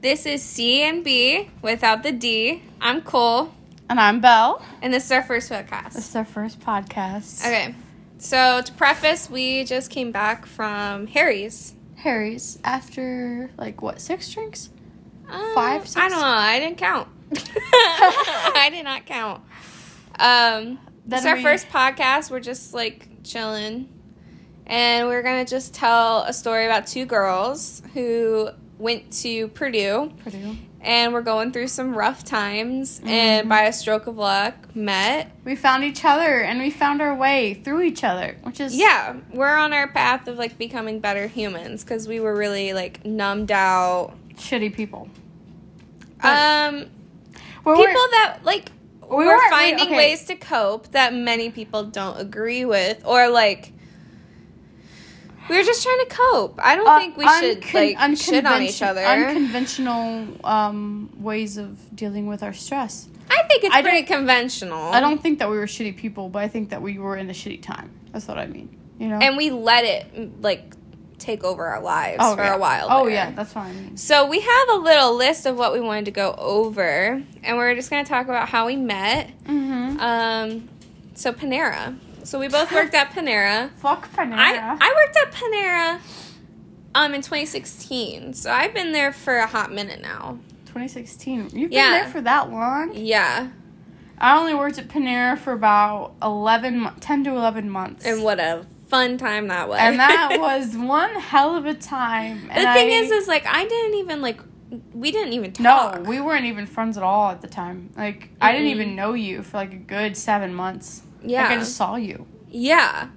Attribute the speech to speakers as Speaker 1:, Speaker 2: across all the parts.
Speaker 1: This is C and B without the D. I'm Cole,
Speaker 2: And I'm Belle.
Speaker 1: and this is our first podcast.
Speaker 2: This is our first podcast.
Speaker 1: Okay, so to preface, we just came back from Harry's.
Speaker 2: Harry's after like what six drinks?
Speaker 1: Um,
Speaker 2: Five,
Speaker 1: I
Speaker 2: six?
Speaker 1: don't know. I didn't count. I did not count. Um, this is
Speaker 2: Then
Speaker 1: our
Speaker 2: we-
Speaker 1: first podcast. We're just like chilling, and we're gonna just tell a story about two girls who went to Purdue.
Speaker 2: Purdue.
Speaker 1: and we're going through some rough times
Speaker 2: Mm-hmm.
Speaker 1: and by a stroke of luck met
Speaker 2: We found each other and we found our way through each other, which is
Speaker 1: yeah we're on our path of like becoming better humans because we were really like numbed out
Speaker 2: shitty people.
Speaker 1: um
Speaker 2: We're,
Speaker 1: people that like
Speaker 2: we
Speaker 1: we're
Speaker 2: weren't- we-
Speaker 1: finding
Speaker 2: okay.
Speaker 1: ways to cope that many people don't agree with or like we were just trying to cope i don't
Speaker 2: uh,
Speaker 1: think we should
Speaker 2: uncon-
Speaker 1: like shit on each
Speaker 2: unconvention-
Speaker 1: other
Speaker 2: Unconventional um, ways of dealing with our stress.
Speaker 1: i think it's
Speaker 2: I
Speaker 1: pretty conventional
Speaker 2: I don't think that we were shitty people, but I think that we were in a shitty time. That's what I mean. You know.
Speaker 1: and we let it like take over our lives
Speaker 2: oh,
Speaker 1: for
Speaker 2: yeah.
Speaker 1: a while
Speaker 2: Oh
Speaker 1: there.
Speaker 2: yeah, that's what I mean.
Speaker 1: So we have a little list of what we wanted to go over, and we're just going to talk about how we met.
Speaker 2: Mm-hmm.
Speaker 1: Um, so Panera. So we both worked at Panera.
Speaker 2: Fuck Panera.
Speaker 1: I I worked at Panera, um, in 2016. So I've been there for a hot minute now.
Speaker 2: 2016. You've been
Speaker 1: Yeah.
Speaker 2: there for that long?
Speaker 1: Yeah.
Speaker 2: I only worked at Panera for about 11, mo- 10 to 11 months.
Speaker 1: And what a fun time that was.
Speaker 2: And that was one hell of a time.
Speaker 1: the
Speaker 2: And I-
Speaker 1: thing is, is like I didn't even like we didn't even talk.
Speaker 2: no, we weren't even friends at all at the time. Like, I didn't
Speaker 1: Mm-mm.
Speaker 2: even know you for like a good seven months.
Speaker 1: yeah.
Speaker 2: Like, I just saw you.
Speaker 1: Yeah.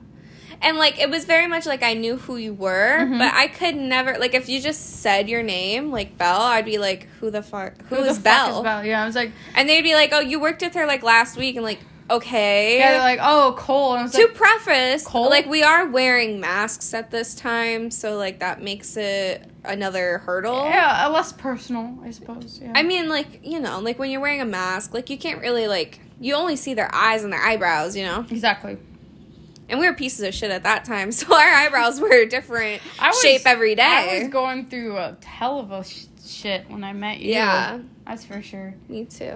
Speaker 1: And like it was very much like I knew who you were,
Speaker 2: Mhm.
Speaker 1: but I could never like if you just said your name, like Belle, I'd be like, Who the fuck who,
Speaker 2: the
Speaker 1: is
Speaker 2: fuck
Speaker 1: Belle?
Speaker 2: is Belle? Yeah, I was like,
Speaker 1: And they'd be like, Oh, you worked with her like last week and like, okay.
Speaker 2: yeah, they're like, oh, Cole. And I was
Speaker 1: to
Speaker 2: like,
Speaker 1: preface,
Speaker 2: Cole?
Speaker 1: like we are wearing masks at this time, so like that makes it another hurdle.
Speaker 2: yeah, uh, less personal, I suppose. Yeah.
Speaker 1: I mean, like, you know, like when you're wearing a mask, like you can't really like you only see their eyes and their eyebrows, you know?
Speaker 2: exactly.
Speaker 1: And we were pieces of shit at that time, so our eyebrows were a different
Speaker 2: I was-
Speaker 1: shape every day.
Speaker 2: I was going through a hell of a sh- shit when I met you.
Speaker 1: Yeah,
Speaker 2: That's for sure.
Speaker 1: me too.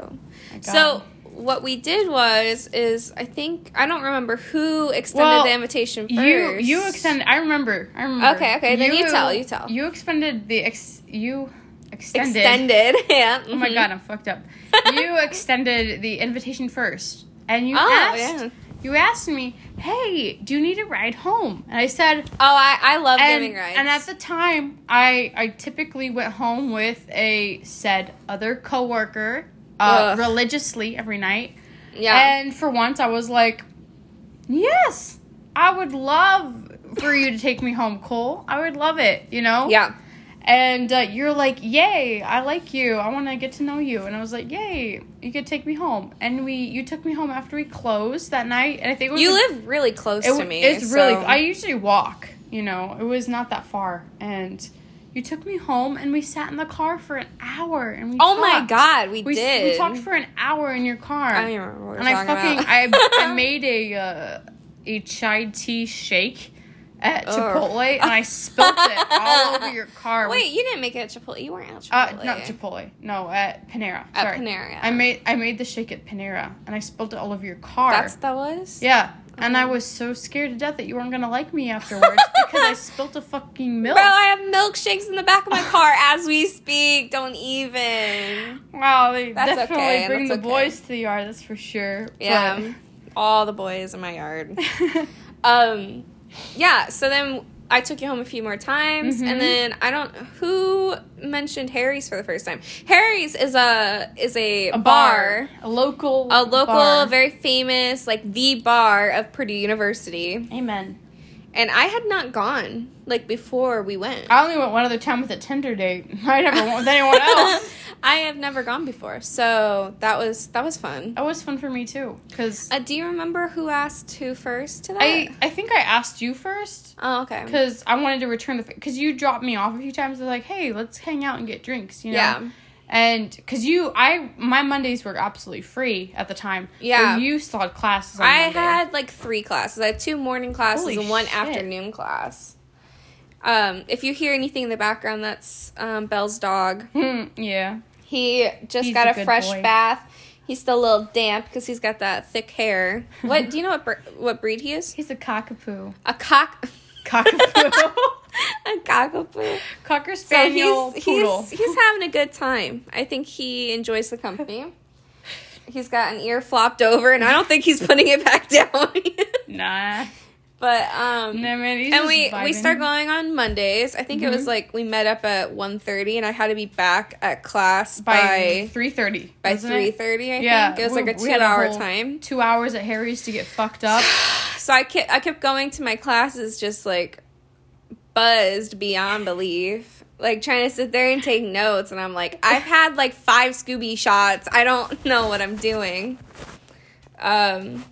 Speaker 2: My God.
Speaker 1: So what we did was is I think I don't remember who extended
Speaker 2: Well,
Speaker 1: the invitation first.
Speaker 2: you you extended. I remember. I remember.
Speaker 1: Okay, okay, then you tell, you tell.
Speaker 2: You extended the ex. You extended.
Speaker 1: extended. yeah. Mm-hmm.
Speaker 2: Oh my god, I'm fucked up. you extended the invitation first, and you
Speaker 1: Oh,
Speaker 2: asked.
Speaker 1: yeah.
Speaker 2: You asked me, "Hey, do you need a ride home?" And I said,
Speaker 1: Oh, I I love
Speaker 2: and,
Speaker 1: giving rides.
Speaker 2: and at the time, I I typically went home with a said other coworker uh,
Speaker 1: Ugh.
Speaker 2: religiously every night.
Speaker 1: yeah.
Speaker 2: And for once, I was like, yes, I would love for you to take me home, Cole. I would love it, you know?
Speaker 1: yeah.
Speaker 2: And uh, you're like, yay, I like you. I want to get to know you. And I was like, yay, you could take me home. And we, you took me home after we closed that night. And I think it was
Speaker 1: You
Speaker 2: a-
Speaker 1: live really close
Speaker 2: it,
Speaker 1: to
Speaker 2: w-
Speaker 1: me.
Speaker 2: It's really.
Speaker 1: so-
Speaker 2: I usually walk. You know, it was not that far, and you took me home, and we sat in the car for an hour, and we.
Speaker 1: Oh my
Speaker 2: talked.
Speaker 1: god, we,
Speaker 2: We, s-
Speaker 1: did.
Speaker 2: we talked for an hour in your car
Speaker 1: I don't even remember what we
Speaker 2: and
Speaker 1: were
Speaker 2: I
Speaker 1: talking
Speaker 2: fucking I,
Speaker 1: about.
Speaker 2: I made a uh, a chai tea shake at
Speaker 1: Ugh.
Speaker 2: Chipotle and I spilled it all over your car.
Speaker 1: Wait, you didn't make it at Chipotle. You weren't at
Speaker 2: uh,
Speaker 1: Chipotle.
Speaker 2: not Chipotle, no, at Panera.
Speaker 1: At
Speaker 2: Sorry.
Speaker 1: Panera, yeah.
Speaker 2: I made I made the shake at Panera and I spilled it all over your car.
Speaker 1: That's that was.
Speaker 2: yeah. And I was so scared to death that you weren't gonna like me afterwards because I spilled a fucking milk.
Speaker 1: Bro, I have milkshakes in the back of my car as we speak. Don't even.
Speaker 2: wow, they
Speaker 1: That's
Speaker 2: definitely
Speaker 1: okay,
Speaker 2: bring
Speaker 1: that's
Speaker 2: the
Speaker 1: okay.
Speaker 2: boys to the yard. That's for sure.
Speaker 1: Yeah. All the boys in my yard.
Speaker 2: but-
Speaker 1: Um yeah, so then I took you home a few more times and
Speaker 2: Mhm.
Speaker 1: then I don't who mentioned Harry's for the first time. Harry's is a is a,
Speaker 2: a bar, a local,
Speaker 1: a local
Speaker 2: bar.
Speaker 1: very famous like the bar of Purdue University.
Speaker 2: Amen.
Speaker 1: And I had not gone like before we went.
Speaker 2: I only went one other time with a Tinder date. I never went with anyone else.
Speaker 1: I have never gone before. So that was that was fun.
Speaker 2: That was fun for me too, because
Speaker 1: Uh, do you remember who asked who first to that?
Speaker 2: I I think I asked you first
Speaker 1: oh, okay.
Speaker 2: because I wanted to return the because you dropped me off a few times. I was like, hey, let's hang out and get drinks, you know.
Speaker 1: Yeah.
Speaker 2: And because you, I my Mondays were absolutely free at the time. but
Speaker 1: Yeah.
Speaker 2: you still had classes. On
Speaker 1: I
Speaker 2: Monday.
Speaker 1: had like three classes. I had two morning classes
Speaker 2: Holy
Speaker 1: and one
Speaker 2: shit.
Speaker 1: afternoon class. Um, if you hear anything in the background, that's um, Belle's dog.
Speaker 2: Hmm, yeah.
Speaker 1: He just
Speaker 2: He's
Speaker 1: got
Speaker 2: a
Speaker 1: a,
Speaker 2: good
Speaker 1: fresh
Speaker 2: boy.
Speaker 1: bath. He's still a little damp because he's got that thick hair. What do you know what br- what breed he is?
Speaker 2: He's a cockapoo.
Speaker 1: A cock,
Speaker 2: Cockapoo.
Speaker 1: a cockapoo.
Speaker 2: Cocker
Speaker 1: So
Speaker 2: spaniel
Speaker 1: he's,
Speaker 2: poodle.
Speaker 1: he's he's having a good time. I think he enjoys the company. He's got an ear flopped over, and I don't think he's putting it back down.
Speaker 2: nah.
Speaker 1: but um,
Speaker 2: Nah, man, he's
Speaker 1: and
Speaker 2: just
Speaker 1: we we
Speaker 2: vibing. Mm-hmm.
Speaker 1: start going on Mondays. I think it was like we met up at 1.30 and I had to be back at class
Speaker 2: by
Speaker 1: by
Speaker 2: three thirty.
Speaker 1: by three thirty. I
Speaker 2: Yeah,
Speaker 1: think it was
Speaker 2: we-
Speaker 1: like a
Speaker 2: we
Speaker 1: two
Speaker 2: had a
Speaker 1: hour
Speaker 2: whole-
Speaker 1: time.
Speaker 2: Two hours at Harry's to get fucked up.
Speaker 1: So I kept I kept going to my classes just like buzzed beyond belief. Like trying to sit there and take notes, and I'm like, I've had like five Scooby shots. I don't know what I'm doing. Um,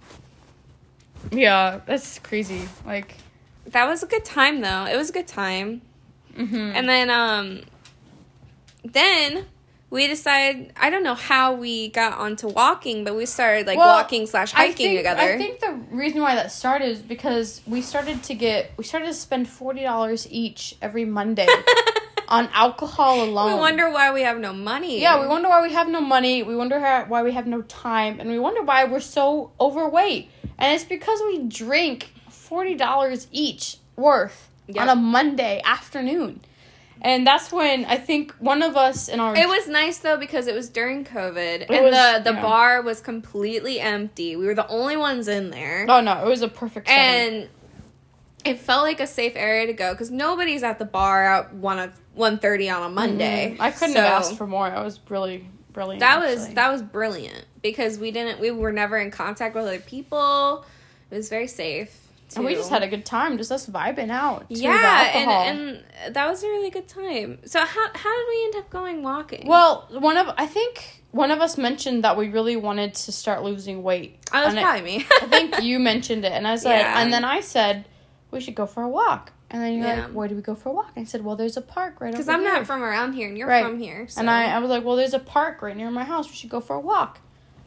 Speaker 2: yeah, that's crazy. Like,
Speaker 1: that was a good time though. It was a good time.
Speaker 2: mhm.
Speaker 1: Mm-hmm. And then um then we decided I don't know how we got onto walking, but we started like
Speaker 2: Well,
Speaker 1: walking slash
Speaker 2: I
Speaker 1: hiking
Speaker 2: think-
Speaker 1: together.
Speaker 2: I think the reason why that started is because we started to get we started to spend forty dollars each every Monday on alcohol alone.
Speaker 1: we wonder why we have no money.
Speaker 2: Yeah, we wonder why we have no money. We wonder how, why we have no time, and we wonder why we're so overweight. And it's because we drink forty dollars each worth
Speaker 1: Yep.
Speaker 2: on a Monday afternoon, and that's when I think one of us in our
Speaker 1: It was nice though because it was during COVID and
Speaker 2: was-
Speaker 1: the the
Speaker 2: yeah.
Speaker 1: bar was completely empty. We were the only ones in there,
Speaker 2: oh no, it was a perfect setting.
Speaker 1: and it felt like a safe area to go because nobody's at the bar at one one thirty on a Monday.
Speaker 2: Mm-hmm. I couldn't
Speaker 1: So-
Speaker 2: have asked for more. I was really brilliant.
Speaker 1: That was
Speaker 2: actually.
Speaker 1: that was brilliant because we didn't we were never in contact with other people. It was very safe.
Speaker 2: and we
Speaker 1: too.
Speaker 2: just had a good time, just us vibing out. To the
Speaker 1: yeah,
Speaker 2: alcohol.
Speaker 1: and and that was a really good time. So how how did we end up going walking?
Speaker 2: well, one of I think one of us mentioned that we really wanted to start losing weight.
Speaker 1: oh, that was
Speaker 2: And it-
Speaker 1: probably me.
Speaker 2: I think you mentioned it, and I was like,
Speaker 1: Yeah.
Speaker 2: and then I said we should go for a walk, and then you're
Speaker 1: Yeah.
Speaker 2: like, where do we go for a walk? And I said, well, there's a park right over
Speaker 1: because I'm
Speaker 2: here.
Speaker 1: not from around here and you're
Speaker 2: Right.
Speaker 1: from here. So.
Speaker 2: and I, I was like, well, there's a park right near my house. We should go for a walk.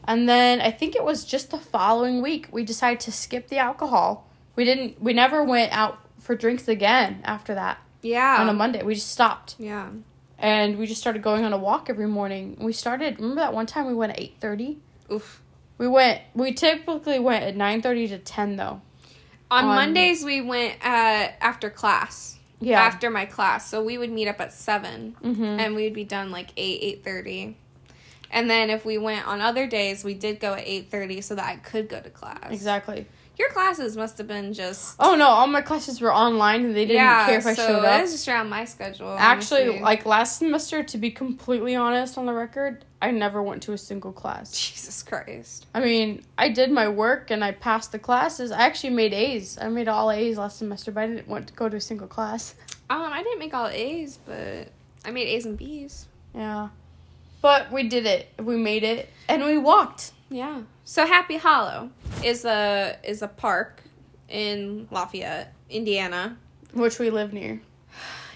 Speaker 2: And then I think it was just the following week we decided to skip the alcohol. We didn't. We never went out for drinks again after that
Speaker 1: yeah
Speaker 2: on a Monday. We just stopped
Speaker 1: yeah
Speaker 2: and we just started going on a walk every morning. We started. Remember that one time we went at eight thirty.
Speaker 1: oof.
Speaker 2: We went. We typically went at nine thirty to ten though.
Speaker 1: On,
Speaker 2: On-
Speaker 1: Mondays we went uh, after class.
Speaker 2: Yeah.
Speaker 1: After my class, so we would meet up at 7
Speaker 2: Mhm.
Speaker 1: and we'd be done like eight eight thirty. And then if we went on other days, we did go at eight thirty so that I could go to class.
Speaker 2: Exactly.
Speaker 1: Your classes must have been just
Speaker 2: Oh no, all my classes were online and they didn't
Speaker 1: yeah.
Speaker 2: care if I
Speaker 1: so
Speaker 2: showed
Speaker 1: it
Speaker 2: up.
Speaker 1: was just around my schedule.
Speaker 2: Actually,
Speaker 1: honestly.
Speaker 2: like last semester, to be completely honest on the record, I never went to a single class.
Speaker 1: Jesus Christ.
Speaker 2: I mean, I did my work and I passed the classes. I actually made A's. I made all A's last semester, but I didn't want to go to a single class.
Speaker 1: Um, I didn't make all A's, but I made A's and B's.
Speaker 2: Yeah. But we did it. We made it and we walked.
Speaker 1: Yeah. So Happy Hollow is a is a park in Lafayette, Indiana.
Speaker 2: Which we live near.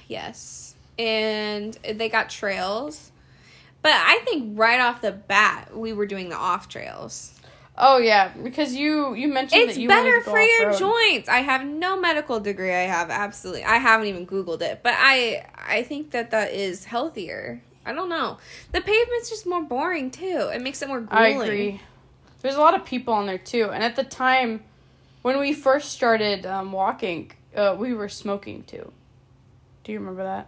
Speaker 1: Yes. And they got trails. But I think right off the bat we were doing the off trails.
Speaker 2: Oh yeah, because you you mentioned
Speaker 1: It's
Speaker 2: that you wanted
Speaker 1: better
Speaker 2: to go
Speaker 1: for your
Speaker 2: off-road.
Speaker 1: joints. I have no medical degree. I have absolutely. I haven't even googled it, but I I think that that is healthier. I don't know. The pavement's just more boring too. It makes it more
Speaker 2: I
Speaker 1: grueling.
Speaker 2: agree. There's a lot of people on there too, and at the time, when we first started um, walking, uh, we were smoking too. Do you remember that?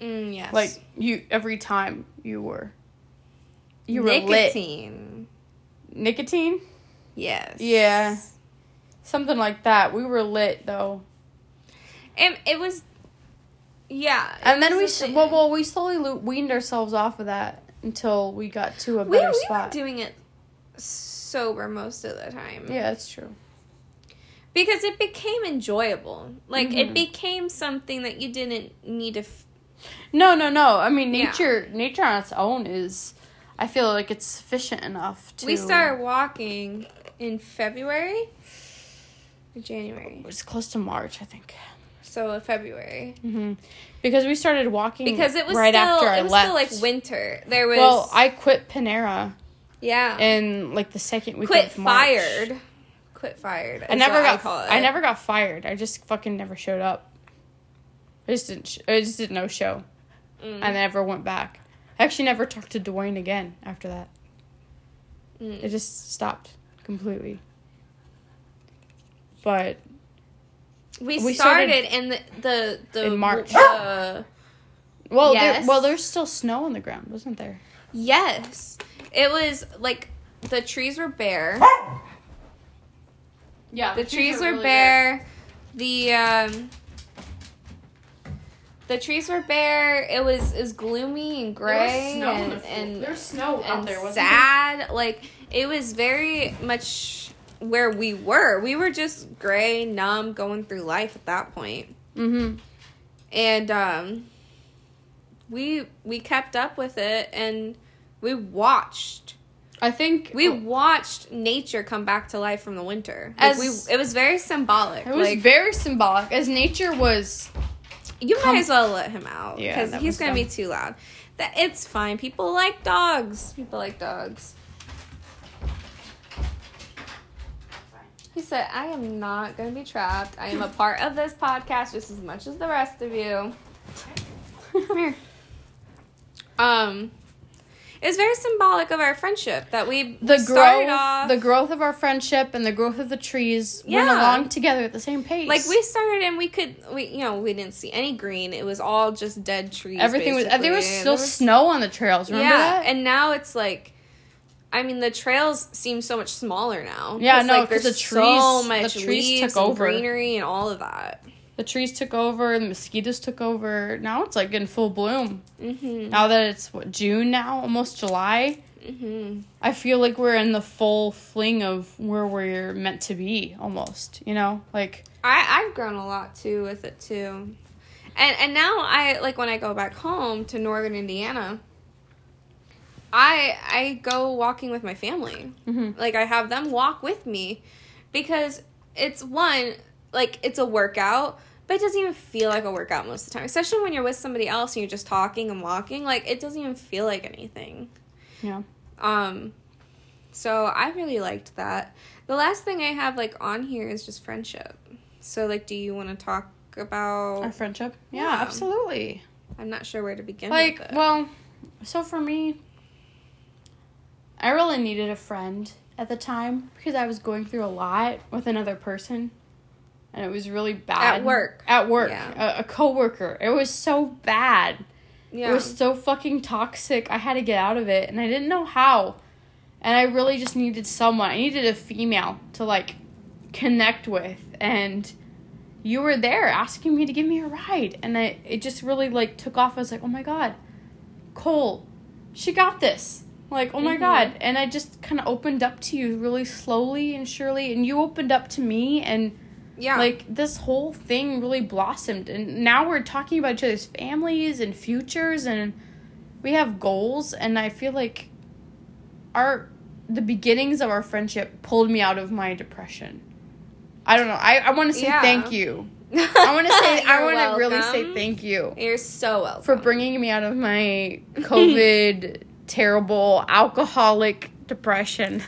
Speaker 1: Mm, yes.
Speaker 2: Like you, every time you were, you were lit.
Speaker 1: nicotine.
Speaker 2: Nicotine,
Speaker 1: Yes.
Speaker 2: Yeah. something like that. We were lit though,
Speaker 1: And it was. Yeah. it
Speaker 2: and then
Speaker 1: was
Speaker 2: we
Speaker 1: the
Speaker 2: s-
Speaker 1: thing.
Speaker 2: well, well, we slowly lo- weaned ourselves off of that until we got to a
Speaker 1: we,
Speaker 2: better
Speaker 1: we were
Speaker 2: spot.
Speaker 1: doing it sober most of the time.
Speaker 2: yeah, that's true.
Speaker 1: because it became enjoyable. Like it
Speaker 2: Mhm.
Speaker 1: became something that you didn't need to. F-
Speaker 2: No, no, no. I mean,
Speaker 1: Yeah.
Speaker 2: nature, nature on its own is. I feel like it's sufficient enough to.
Speaker 1: we started walking in February, or January.
Speaker 2: It was close to March, I think.
Speaker 1: So uh, February
Speaker 2: hmm Because we started walking
Speaker 1: because it was
Speaker 2: right
Speaker 1: still
Speaker 2: after I
Speaker 1: it was
Speaker 2: left.
Speaker 1: still like winter. There was
Speaker 2: well, I quit Panera
Speaker 1: yeah
Speaker 2: in like the second week.
Speaker 1: quit
Speaker 2: of March.
Speaker 1: fired, quit fired.
Speaker 2: I
Speaker 1: is
Speaker 2: never
Speaker 1: what
Speaker 2: got.
Speaker 1: call it.
Speaker 2: I never got fired. I just fucking never showed up. I just didn't. Sh- I just did no show.
Speaker 1: Mm-hmm.
Speaker 2: I never went back. I actually never talked to Dwayne again after that. It just stopped completely. But
Speaker 1: We,
Speaker 2: We
Speaker 1: started, in the the, the
Speaker 2: In March.
Speaker 1: the-
Speaker 2: well,
Speaker 1: Yes.
Speaker 2: there, well, there's still snow on the ground, wasn't there?
Speaker 1: yes, it was like the trees were bare.
Speaker 2: Yeah,
Speaker 1: The trees were bare. The um, the trees were bare. It was it was gloomy and gray and and,
Speaker 2: snow
Speaker 1: and sad. Like it was very much where we were. We were just gray, numb, going through life at that point.
Speaker 2: Mm-hmm.
Speaker 1: And um, we we kept up with it, and we watched.
Speaker 2: I think
Speaker 1: We
Speaker 2: it
Speaker 1: watched nature come back to life from the winter. Like,
Speaker 2: As-
Speaker 1: we, it was very symbolic.
Speaker 2: was
Speaker 1: like,
Speaker 2: very symbolic, as nature was.
Speaker 1: You
Speaker 2: Come-
Speaker 1: might as well let him out
Speaker 2: Yeah,
Speaker 1: because
Speaker 2: that
Speaker 1: he's
Speaker 2: was
Speaker 1: gonna be too loud. That it's fine. People like dogs. People like dogs. He said, "I am not gonna be trapped. I am a part of this podcast just as much as the rest of you." Come here. Um, it's very symbolic of our friendship that we
Speaker 2: The
Speaker 1: started
Speaker 2: growth,
Speaker 1: off
Speaker 2: the growth of our friendship, and the growth of the trees went
Speaker 1: Yeah.
Speaker 2: along together at the same pace.
Speaker 1: like we started and we could we you know we didn't see any green. It was all just dead trees.
Speaker 2: everything was. There was
Speaker 1: basically.
Speaker 2: still snow on the trails. Remember
Speaker 1: yeah,
Speaker 2: that?
Speaker 1: and now it's like, I mean, the trails seem so much smaller now.
Speaker 2: Yeah, no,
Speaker 1: like,
Speaker 2: 'cause
Speaker 1: there's
Speaker 2: the
Speaker 1: so
Speaker 2: trees- the
Speaker 1: much
Speaker 2: trees
Speaker 1: leaves
Speaker 2: took
Speaker 1: and
Speaker 2: over.
Speaker 1: greenery and all of that.
Speaker 2: the trees took over. The mosquitoes took over. Now it's like in full bloom.
Speaker 1: Mm-hmm.
Speaker 2: Now that it's what June now, almost July.
Speaker 1: Mm-hmm.
Speaker 2: I feel like we're in the full fling of where we're meant to be, almost. You know, like
Speaker 1: I I've grown a lot too with it too, and and now I like when I go back home to northern Indiana. I I go walking with my family.
Speaker 2: Mhm.
Speaker 1: Like I have them walk with me, because it's one like it's a workout, but it doesn't even feel like a workout most of the time. Especially when you're with somebody else and you're just talking and walking, like it doesn't even feel like anything.
Speaker 2: yeah.
Speaker 1: Um, so I really liked that. The last thing I have like on here is just friendship. So like, do you want to talk
Speaker 2: our
Speaker 1: about?
Speaker 2: friendship.
Speaker 1: Yeah.
Speaker 2: Yeah, absolutely.
Speaker 1: I'm not sure where to begin.
Speaker 2: Like,
Speaker 1: with it.
Speaker 2: well, so for me, I really needed a friend at the time because I was going through a lot with another person, and it was really bad
Speaker 1: work.
Speaker 2: At work,
Speaker 1: Yeah.
Speaker 2: a, a coworker. It was so bad.
Speaker 1: yeah,
Speaker 2: It was so fucking toxic. I had to get out of it, and I didn't know how. And I really just needed someone. I needed a female to like connect with, and you were there asking me to give me a ride, and I it just really like took off. I was like, oh my god, Cole, she got this. Like, oh my
Speaker 1: Mhm.
Speaker 2: god, and I just kind of opened up to you really slowly and surely, and you opened up to me, and
Speaker 1: yeah,
Speaker 2: like this whole thing really blossomed and now we're talking about each other's families and futures and we have goals and i feel like our the beginnings of our friendship pulled me out of my depression i don't know i, I want to say
Speaker 1: Yeah.
Speaker 2: thank you i want to say i
Speaker 1: You're
Speaker 2: want to really say
Speaker 1: welcome.
Speaker 2: thank you
Speaker 1: You're so welcome
Speaker 2: for bringing me out of my covid terrible alcoholic depression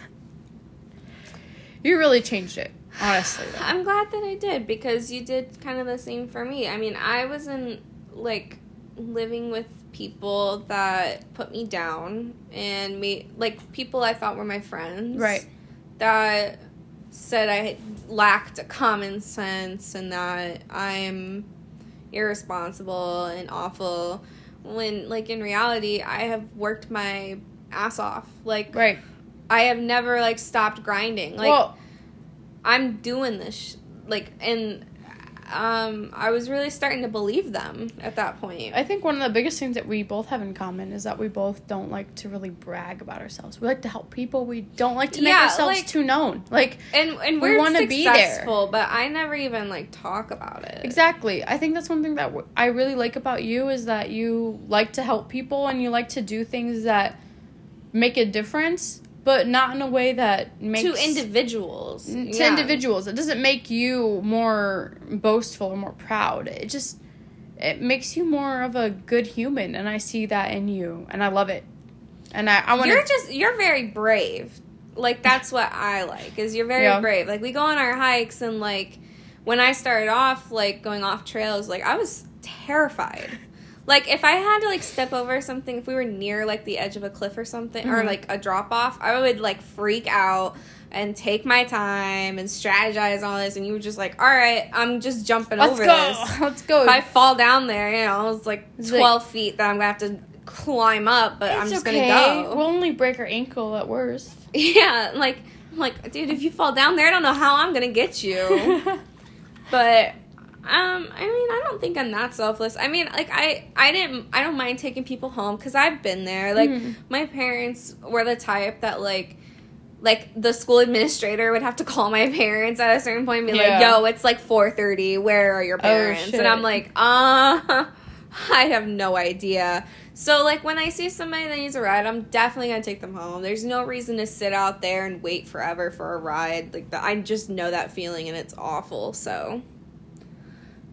Speaker 2: you really changed it honestly though.
Speaker 1: I'm glad that I did because you did kind of the same for me. I mean, I was in like living with people that put me down and made like people I thought were my friends.
Speaker 2: right
Speaker 1: that said I lacked common sense and that I'm irresponsible and awful when like in reality I have worked my ass off like
Speaker 2: right
Speaker 1: I have never like stopped grinding like
Speaker 2: well
Speaker 1: I'm doing this sh- like and um I was really starting to believe them at that point
Speaker 2: I think one of the biggest things that we both have in common is that we both don't like to really brag about ourselves. We like to help people. We don't like to make
Speaker 1: Yeah,
Speaker 2: ourselves
Speaker 1: like-
Speaker 2: too known. Like
Speaker 1: and and
Speaker 2: we
Speaker 1: we're
Speaker 2: wanna
Speaker 1: successful
Speaker 2: be there.
Speaker 1: but I never even like talk about it
Speaker 2: exactly. I think that's one thing that w- I really like about you is that you like to help people and you like to do things that make a difference, but not in a way that makes
Speaker 1: to individuals
Speaker 2: n- Mm, to
Speaker 1: Yeah.
Speaker 2: individuals. It doesn't make you more boastful or more proud. It just it makes you more of a good human, and I see that in you, and I love it. And I, I want
Speaker 1: you're just you're very brave like that's what i like is you're very
Speaker 2: Yeah.
Speaker 1: brave like we go on our hikes and like when i started off like going off trails like i was terrified. Like if I had to like step over something, if we were near like the edge of a cliff or something, or
Speaker 2: Mhm.
Speaker 1: like a drop off, I would like freak out and take my time and strategize and all this. And you were just like, "All right, I'm just jumping
Speaker 2: Let's
Speaker 1: over
Speaker 2: go.
Speaker 1: this."
Speaker 2: Let's go.
Speaker 1: If I fall down there, you know, it's like
Speaker 2: It's like-
Speaker 1: twelve feet that I'm gonna have to climb up, but I'm
Speaker 2: It's
Speaker 1: just
Speaker 2: okay.
Speaker 1: gonna go.
Speaker 2: We'll only break our ankle at worst.
Speaker 1: yeah, like I'm like, dude, if you fall down there, I don't know how I'm gonna get you. but um i mean i don't think i'm that selfless i mean like i i didn't i don't mind taking people home because i've been there like
Speaker 2: Mhm.
Speaker 1: my parents were the type that like like the school administrator would have to call my parents at a certain point and be like
Speaker 2: Yeah.
Speaker 1: yo it's like 4.30 where are your parents and i'm
Speaker 2: Oh, shit.
Speaker 1: like uh i have no idea so like when i see somebody that needs a ride i'm definitely gonna take them home there's no reason to sit out there and wait forever for a ride like the, i just know that feeling and it's awful so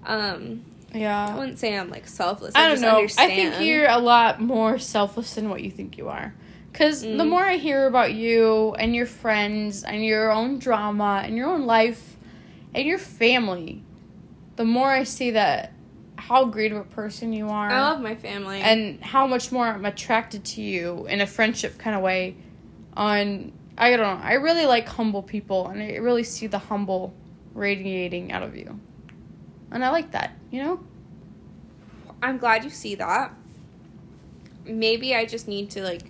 Speaker 1: um i
Speaker 2: yeah.
Speaker 1: wouldn't say i'm like selfless i,
Speaker 2: I don't
Speaker 1: just
Speaker 2: know.
Speaker 1: understand
Speaker 2: I think you're a lot more selfless than what you think you are. Because the
Speaker 1: Mm.
Speaker 2: more I hear about you and your friends and your own drama and your own life and your family, the more I see that how great of a person you are.
Speaker 1: i love my family
Speaker 2: uh, and how much more I'm attracted to you in a friendship kind of way. On I don't know, I really like humble people, and I really see the humble radiating out of you, and I like that. You know,
Speaker 1: I'm glad you see that. Maybe I just need to like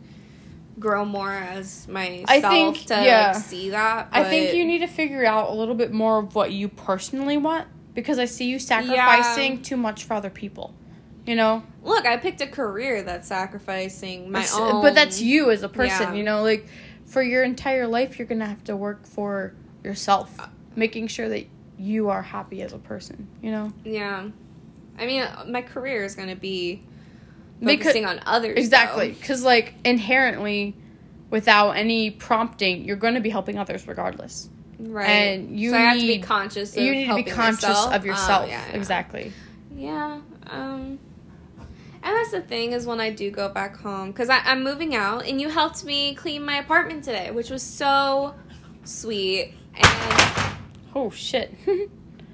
Speaker 1: grow more as myself
Speaker 2: I think-
Speaker 1: to
Speaker 2: yeah.
Speaker 1: like see that.
Speaker 2: I think
Speaker 1: but-
Speaker 2: you need to figure out a little bit more of what you personally want because I see you sacrificing too much for other people. You know,
Speaker 1: look. I picked a career that's sacrificing my
Speaker 2: It's-
Speaker 1: own,
Speaker 2: but that's you as a person.
Speaker 1: Yeah.
Speaker 2: You know, like for your entire life, you're gonna have to work for yourself,
Speaker 1: Uh,
Speaker 2: making sure that you are happy as a person. You know.
Speaker 1: Yeah, I mean, uh, my career is gonna be
Speaker 2: Because-
Speaker 1: focusing on others.
Speaker 2: Exactly,
Speaker 1: though.
Speaker 2: because like inherently, without any prompting, you're going to be helping others regardless.
Speaker 1: right?
Speaker 2: And you
Speaker 1: so I have to be
Speaker 2: need-
Speaker 1: conscious. Of
Speaker 2: you need to be
Speaker 1: helping
Speaker 2: conscious
Speaker 1: myself.
Speaker 2: of
Speaker 1: Um,
Speaker 2: yourself.
Speaker 1: yeah, yeah.
Speaker 2: Exactly.
Speaker 1: Yeah. Um and that's the thing is when I do go back home because I'm moving out and you helped me clean my apartment today, which was so sweet. And
Speaker 2: Oh shit!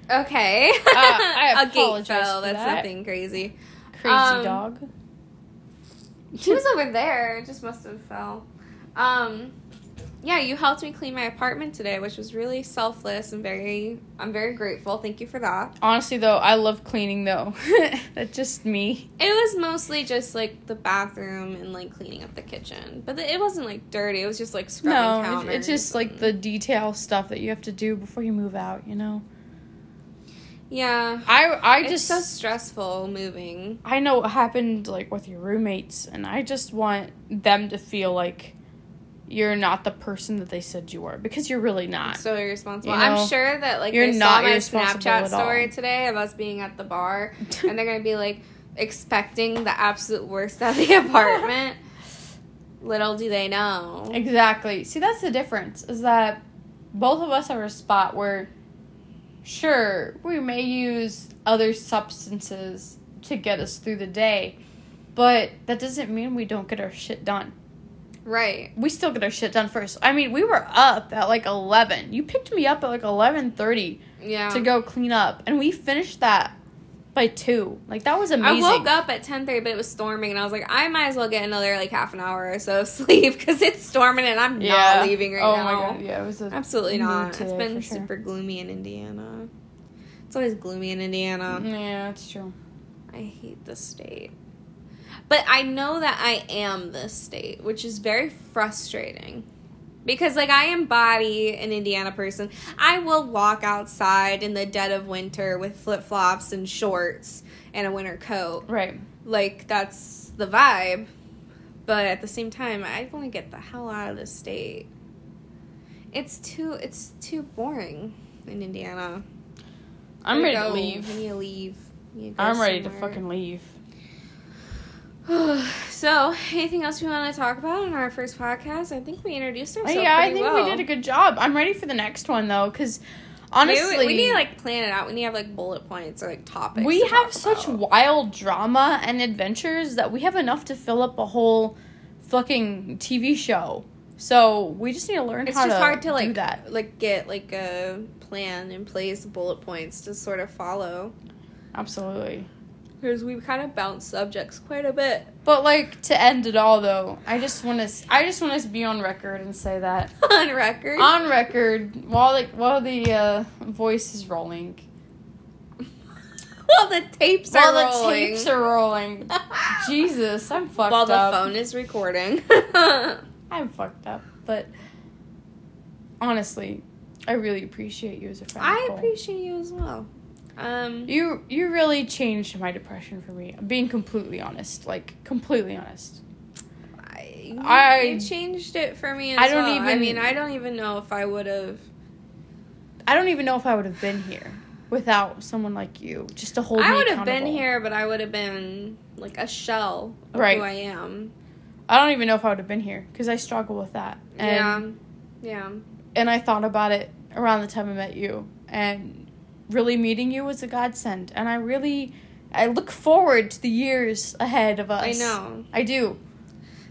Speaker 1: okay,
Speaker 2: Uh, I
Speaker 1: a gate
Speaker 2: apologize
Speaker 1: fell.
Speaker 2: for
Speaker 1: That's
Speaker 2: that.
Speaker 1: nothing crazy.
Speaker 2: Crazy
Speaker 1: Um,
Speaker 2: dog.
Speaker 1: She was over there. It just must have fell. Um, yeah, you helped me clean my apartment today, which was really selfless and very. I'm very grateful. Thank you for that.
Speaker 2: Honestly, though, I love cleaning. Though that's just me.
Speaker 1: It was mostly just like the bathroom and like cleaning up the kitchen, but the, it wasn't like dirty. It was just like scrubbing
Speaker 2: no, it-
Speaker 1: counters.
Speaker 2: it's just like
Speaker 1: and-
Speaker 2: the detail stuff that you have to do before you move out. You know.
Speaker 1: yeah.
Speaker 2: I I
Speaker 1: it's
Speaker 2: just
Speaker 1: so stressful moving.
Speaker 2: I know what happened like with your roommates, and I just want them to feel like you're not the person that they said you were because you're really not.
Speaker 1: So irresponsible.
Speaker 2: You know,
Speaker 1: I'm sure that like
Speaker 2: you're
Speaker 1: they
Speaker 2: not
Speaker 1: saw my
Speaker 2: irresponsible
Speaker 1: Snapchat
Speaker 2: at all.
Speaker 1: story today of us being at the bar, and they're gonna be like expecting the absolute worst out of the apartment. Little do they know.
Speaker 2: exactly. See, that's the difference is that both of us are a spot where, sure, we may use other substances to get us through the day, but that doesn't mean we don't get our shit done.
Speaker 1: Right.
Speaker 2: we still get our shit done first. I mean, we were up at like eleven. You picked me up at like eleven thirty.
Speaker 1: Yeah.
Speaker 2: to go clean up, and we finished that by two. Like that was amazing.
Speaker 1: I woke up at ten thirty, but it was storming, and I was like, I might as well get another like half an hour or so of sleep because it's storming and I'm not leaving right
Speaker 2: oh
Speaker 1: now.
Speaker 2: my god, yeah, it was a
Speaker 1: Absolutely
Speaker 2: mood
Speaker 1: not.
Speaker 2: today,
Speaker 1: it's been
Speaker 2: for sure.
Speaker 1: super gloomy in Indiana. It's always gloomy in Indiana.
Speaker 2: Yeah, that's true.
Speaker 1: I hate this state. But I know that I am this state, which is very frustrating. Because like I embody an Indiana person. I will walk outside in the dead of winter with flip-flops and shorts and a winter coat.
Speaker 2: Right.
Speaker 1: Like that's the vibe. But at the same time, I want to get the hell out of this state. It's too it's too boring in Indiana.
Speaker 2: I'm
Speaker 1: Gotta
Speaker 2: ready to
Speaker 1: go.
Speaker 2: leave.
Speaker 1: We need to leave. We need to go
Speaker 2: I'm ready to
Speaker 1: somewhere.
Speaker 2: fucking leave.
Speaker 1: so, anything else we want to talk about in our first podcast? I think we introduced ourselves.
Speaker 2: yeah, I
Speaker 1: pretty
Speaker 2: think
Speaker 1: well.
Speaker 2: we did a good job. I'm ready for the next one though, because
Speaker 1: Maybe
Speaker 2: honestly,
Speaker 1: we, we need to like plan it out. We need to have like bullet points or like topics.
Speaker 2: we
Speaker 1: to
Speaker 2: have
Speaker 1: talk
Speaker 2: such
Speaker 1: about.
Speaker 2: wild drama and adventures that we have enough to fill up a whole fucking TV show. So we just need to learn
Speaker 1: It's
Speaker 2: how
Speaker 1: just
Speaker 2: to
Speaker 1: hard to
Speaker 2: do
Speaker 1: like
Speaker 2: that.
Speaker 1: like get like a plan in place, bullet points to sort of follow.
Speaker 2: Absolutely.
Speaker 1: because we kind of bounce subjects quite a bit.
Speaker 2: But like to end it all though, I just want to I just want to be on record and say that
Speaker 1: on record.
Speaker 2: on record while like while the uh, voice is rolling,
Speaker 1: while the tapes
Speaker 2: while
Speaker 1: are
Speaker 2: the
Speaker 1: rolling.
Speaker 2: tapes are rolling. Jesus, I'm fucked
Speaker 1: while
Speaker 2: up.
Speaker 1: the phone is recording.
Speaker 2: I'm fucked up, but honestly, I really appreciate you as a friend.
Speaker 1: I
Speaker 2: Nicole.
Speaker 1: appreciate you as well. Um,
Speaker 2: you. You really changed my depression for me. I'm being completely honest, like completely honest.
Speaker 1: I,
Speaker 2: I-
Speaker 1: you changed it for me. As
Speaker 2: I don't
Speaker 1: well. I
Speaker 2: even-
Speaker 1: mean, I don't even know if I would have.
Speaker 2: I don't even know if I would have been here without someone like you, just to hold me
Speaker 1: I would have been
Speaker 2: accountable.
Speaker 1: here, but I would have been like a shell of
Speaker 2: Right.
Speaker 1: who I am.
Speaker 2: I don't even know if I would have been here because I struggle with that. And,
Speaker 1: yeah, yeah.
Speaker 2: And I thought about it around the time I met you, and really meeting you was a godsend. And I really, I look forward to the years ahead of us.
Speaker 1: I know
Speaker 2: I do.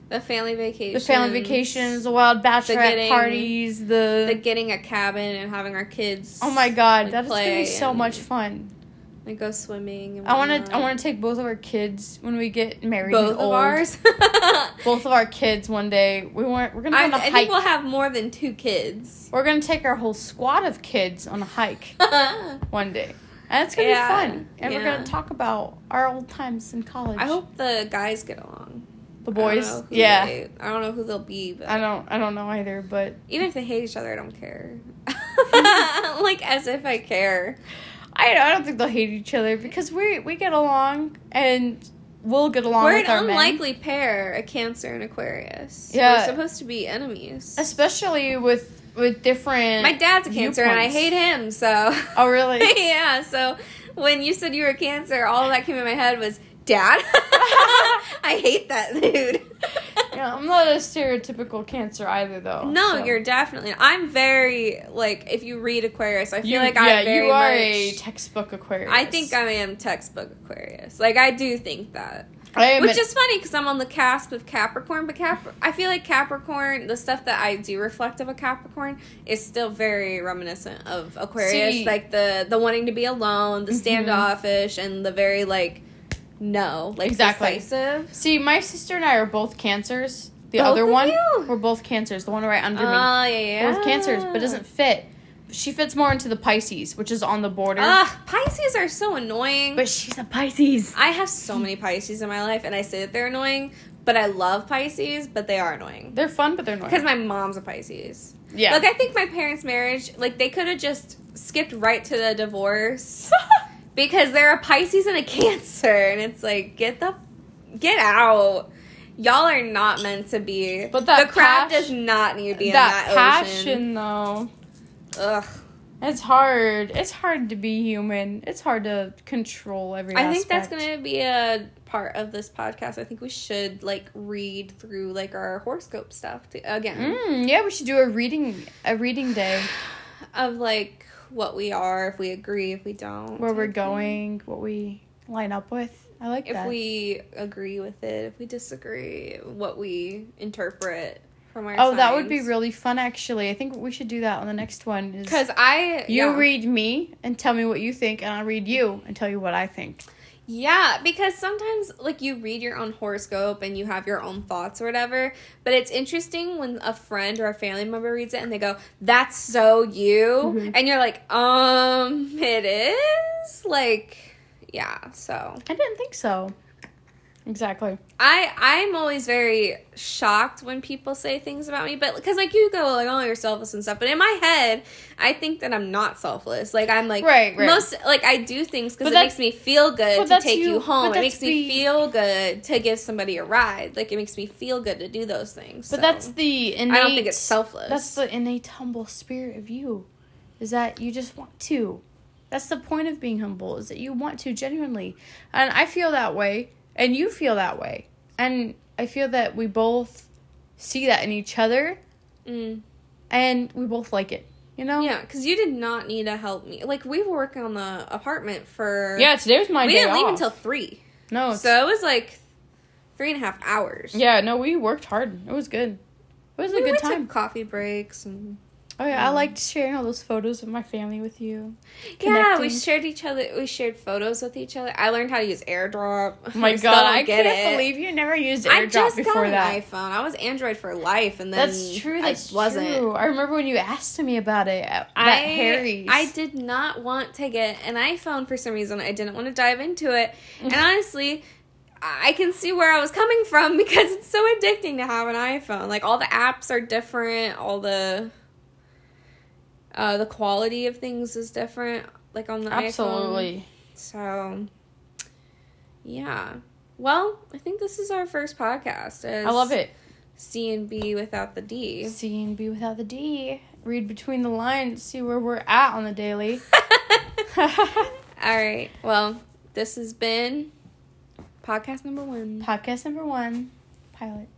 Speaker 1: the family vacation,
Speaker 2: The family vacations, the wild bachelorette
Speaker 1: getting-
Speaker 2: parties, the,
Speaker 1: the getting a cabin, and having our kids.
Speaker 2: oh my god,
Speaker 1: like,
Speaker 2: that is gonna
Speaker 1: play
Speaker 2: be so
Speaker 1: and-
Speaker 2: much fun.
Speaker 1: and go swimming. And
Speaker 2: I wanna
Speaker 1: whatnot.
Speaker 2: I wanna take both of our kids when we get married. and
Speaker 1: both of
Speaker 2: old.
Speaker 1: ours.
Speaker 2: Both of our kids one day. We want we're gonna go
Speaker 1: I,
Speaker 2: on a
Speaker 1: I
Speaker 2: hike.
Speaker 1: think we'll have more than two kids.
Speaker 2: We're gonna take our whole squad of kids on a hike
Speaker 1: I
Speaker 2: one day. And it's gonna
Speaker 1: Yeah,
Speaker 2: be fun. And we're
Speaker 1: yeah.
Speaker 2: gonna talk about our old times in college.
Speaker 1: hope the guys get along.
Speaker 2: the
Speaker 1: I don't
Speaker 2: boys.
Speaker 1: know who
Speaker 2: yeah.
Speaker 1: they- I don't know who they'll be, but
Speaker 2: I don't I don't know either, but
Speaker 1: even if they hate each other, I don't care. like as if I care.
Speaker 2: I don't, I don't think they'll hate each other because we we get along and we'll get along
Speaker 1: We're an
Speaker 2: with our men.
Speaker 1: unlikely pair, a Cancer and Aquarius.
Speaker 2: Yeah.
Speaker 1: We're supposed to be enemies.
Speaker 2: Especially with with different
Speaker 1: My dad's a Cancer and I hate
Speaker 2: viewpoints.
Speaker 1: him, so.
Speaker 2: Oh really?
Speaker 1: yeah, so when you said you were a Cancer, all that came in my head was, Dad? I hate that dude.
Speaker 2: yeah, I'm not a stereotypical cancer either though.
Speaker 1: No,
Speaker 2: so.
Speaker 1: you're definitely. I'm very like if you read Aquarius, I feel
Speaker 2: you,
Speaker 1: like
Speaker 2: yeah,
Speaker 1: I'm very
Speaker 2: you are
Speaker 1: much-
Speaker 2: a textbook Aquarius.
Speaker 1: I think I am textbook Aquarius. Like I do think that,
Speaker 2: I am
Speaker 1: which
Speaker 2: an-
Speaker 1: is funny because I'm on the cusp of Capricorn, but Cap- I feel like Capricorn, the stuff that I do reflect of a Capricorn, is still very reminiscent of Aquarius,
Speaker 2: See-
Speaker 1: like the the wanting to be alone, the
Speaker 2: Mhm.
Speaker 1: standoffish, and the very like no, like
Speaker 2: Exactly.
Speaker 1: decisive.
Speaker 2: See, my sister and I are both cancers. The
Speaker 1: Both
Speaker 2: other
Speaker 1: of
Speaker 2: one,
Speaker 1: you?
Speaker 2: we're both cancers. The one right under
Speaker 1: Oh yeah,
Speaker 2: me,
Speaker 1: yeah.
Speaker 2: we're both cancers, but doesn't fit. She fits more into the Pisces, which is on the border.
Speaker 1: Ugh, Pisces are so annoying.
Speaker 2: but she's a Pisces.
Speaker 1: I have so many Pisces in my life, and I say that they're annoying, but I love Pisces, but they are annoying.
Speaker 2: They're fun, but they're
Speaker 1: Because
Speaker 2: annoying.
Speaker 1: my mom's a Pisces.
Speaker 2: Yeah.
Speaker 1: Like, I think my parents' marriage, like, they could have just skipped right to the divorce because they're a Pisces and a Cancer, and it's like, get the, get out. Y'all are not meant to be.
Speaker 2: But that
Speaker 1: the crab
Speaker 2: pas-
Speaker 1: does not need to be
Speaker 2: that
Speaker 1: in that ocean.
Speaker 2: passion, though,
Speaker 1: Ugh.
Speaker 2: it's hard. It's hard to be human. It's hard to control every.
Speaker 1: I think that's
Speaker 2: aspect.
Speaker 1: going to be a part of this podcast. I think we should like read through like our horoscope stuff to, again.
Speaker 2: Mm, yeah, we should do a reading a reading day
Speaker 1: of like what we are, if we agree, if we don't,
Speaker 2: where we're
Speaker 1: type
Speaker 2: going, what we line up with. I like
Speaker 1: thing. If
Speaker 2: that.
Speaker 1: we agree with it, if we disagree, what we interpret from our.
Speaker 2: oh, that would be really fun. Actually, I think we should do that on the next one. Is
Speaker 1: Because I
Speaker 2: you
Speaker 1: yeah.
Speaker 2: read me and tell me what you think, and I'll read you and tell you what I think.
Speaker 1: Yeah, because sometimes like you read your own horoscope and you have your own thoughts or whatever, but it's interesting when a friend or a family member reads it and they go, "That's so you."
Speaker 2: Mhm.
Speaker 1: And you're like, "Um, it is." Like, yeah, so
Speaker 2: I didn't think so. Exactly.
Speaker 1: I I'm always very shocked when people say things about me, but because like you go like oh you're selfless and stuff, but in my head I think that I'm not selfless. Like I'm like
Speaker 2: Right, right.
Speaker 1: most like I do things
Speaker 2: But
Speaker 1: because it
Speaker 2: that's-
Speaker 1: makes me feel
Speaker 2: but
Speaker 1: good to
Speaker 2: that's
Speaker 1: take you,
Speaker 2: you-
Speaker 1: home.
Speaker 2: but
Speaker 1: It makes
Speaker 2: that's
Speaker 1: me
Speaker 2: the-
Speaker 1: feel good to give somebody a ride. Like it makes me feel good to do those things.
Speaker 2: But
Speaker 1: so.
Speaker 2: that's the innate.
Speaker 1: I don't think it's selfless.
Speaker 2: That's the innate humble spirit of you, is that you just want to. That's the point of being humble, is that you want to genuinely. And I feel that way, and you feel that way. And I feel that we both see that in each other,
Speaker 1: Mm.
Speaker 2: and we both like it, you know?
Speaker 1: yeah, because you did not need to help me. Like we were working on the apartment for
Speaker 2: Yeah, today's my
Speaker 1: We
Speaker 2: day
Speaker 1: didn't leave
Speaker 2: off.
Speaker 1: until three,
Speaker 2: No, it's-
Speaker 1: so it was like three and a half hours.
Speaker 2: Yeah, no, we worked hard. It was good. It was a
Speaker 1: we Mm.
Speaker 2: good
Speaker 1: went
Speaker 2: time.
Speaker 1: To coffee breaks and
Speaker 2: Oh yeah, I liked sharing all those photos of my family with you.
Speaker 1: Yeah, we
Speaker 2: Connecting.
Speaker 1: shared each other. We shared photos with each other. I learned how to use AirDrop.
Speaker 2: Oh my
Speaker 1: I still
Speaker 2: god,
Speaker 1: don't
Speaker 2: I
Speaker 1: get
Speaker 2: can't
Speaker 1: it.
Speaker 2: believe you never used
Speaker 1: I
Speaker 2: AirDrop
Speaker 1: just
Speaker 2: before
Speaker 1: got an
Speaker 2: that.
Speaker 1: iPhone. I was Android for life, and then
Speaker 2: That's true.
Speaker 1: I
Speaker 2: That's
Speaker 1: wasn't.
Speaker 2: true. I remember when you asked me about it. At,
Speaker 1: I
Speaker 2: at Harry's.
Speaker 1: I did not want to get an iPhone for some reason. I didn't want to dive into it, and honestly. I can see where I was coming from because it's so addicting to have an iPhone. Like all the apps are different, all the uh, the quality of things is different. Like on the iPhone.
Speaker 2: Absolutely.
Speaker 1: So, yeah. Well, I think this is our first podcast. Is
Speaker 2: I love it.
Speaker 1: C and B without the D.
Speaker 2: C and B without the D. Read between the lines, see where we're at on the daily.
Speaker 1: All right. Well, this has been podcast number one.
Speaker 2: Podcast number one, pilot.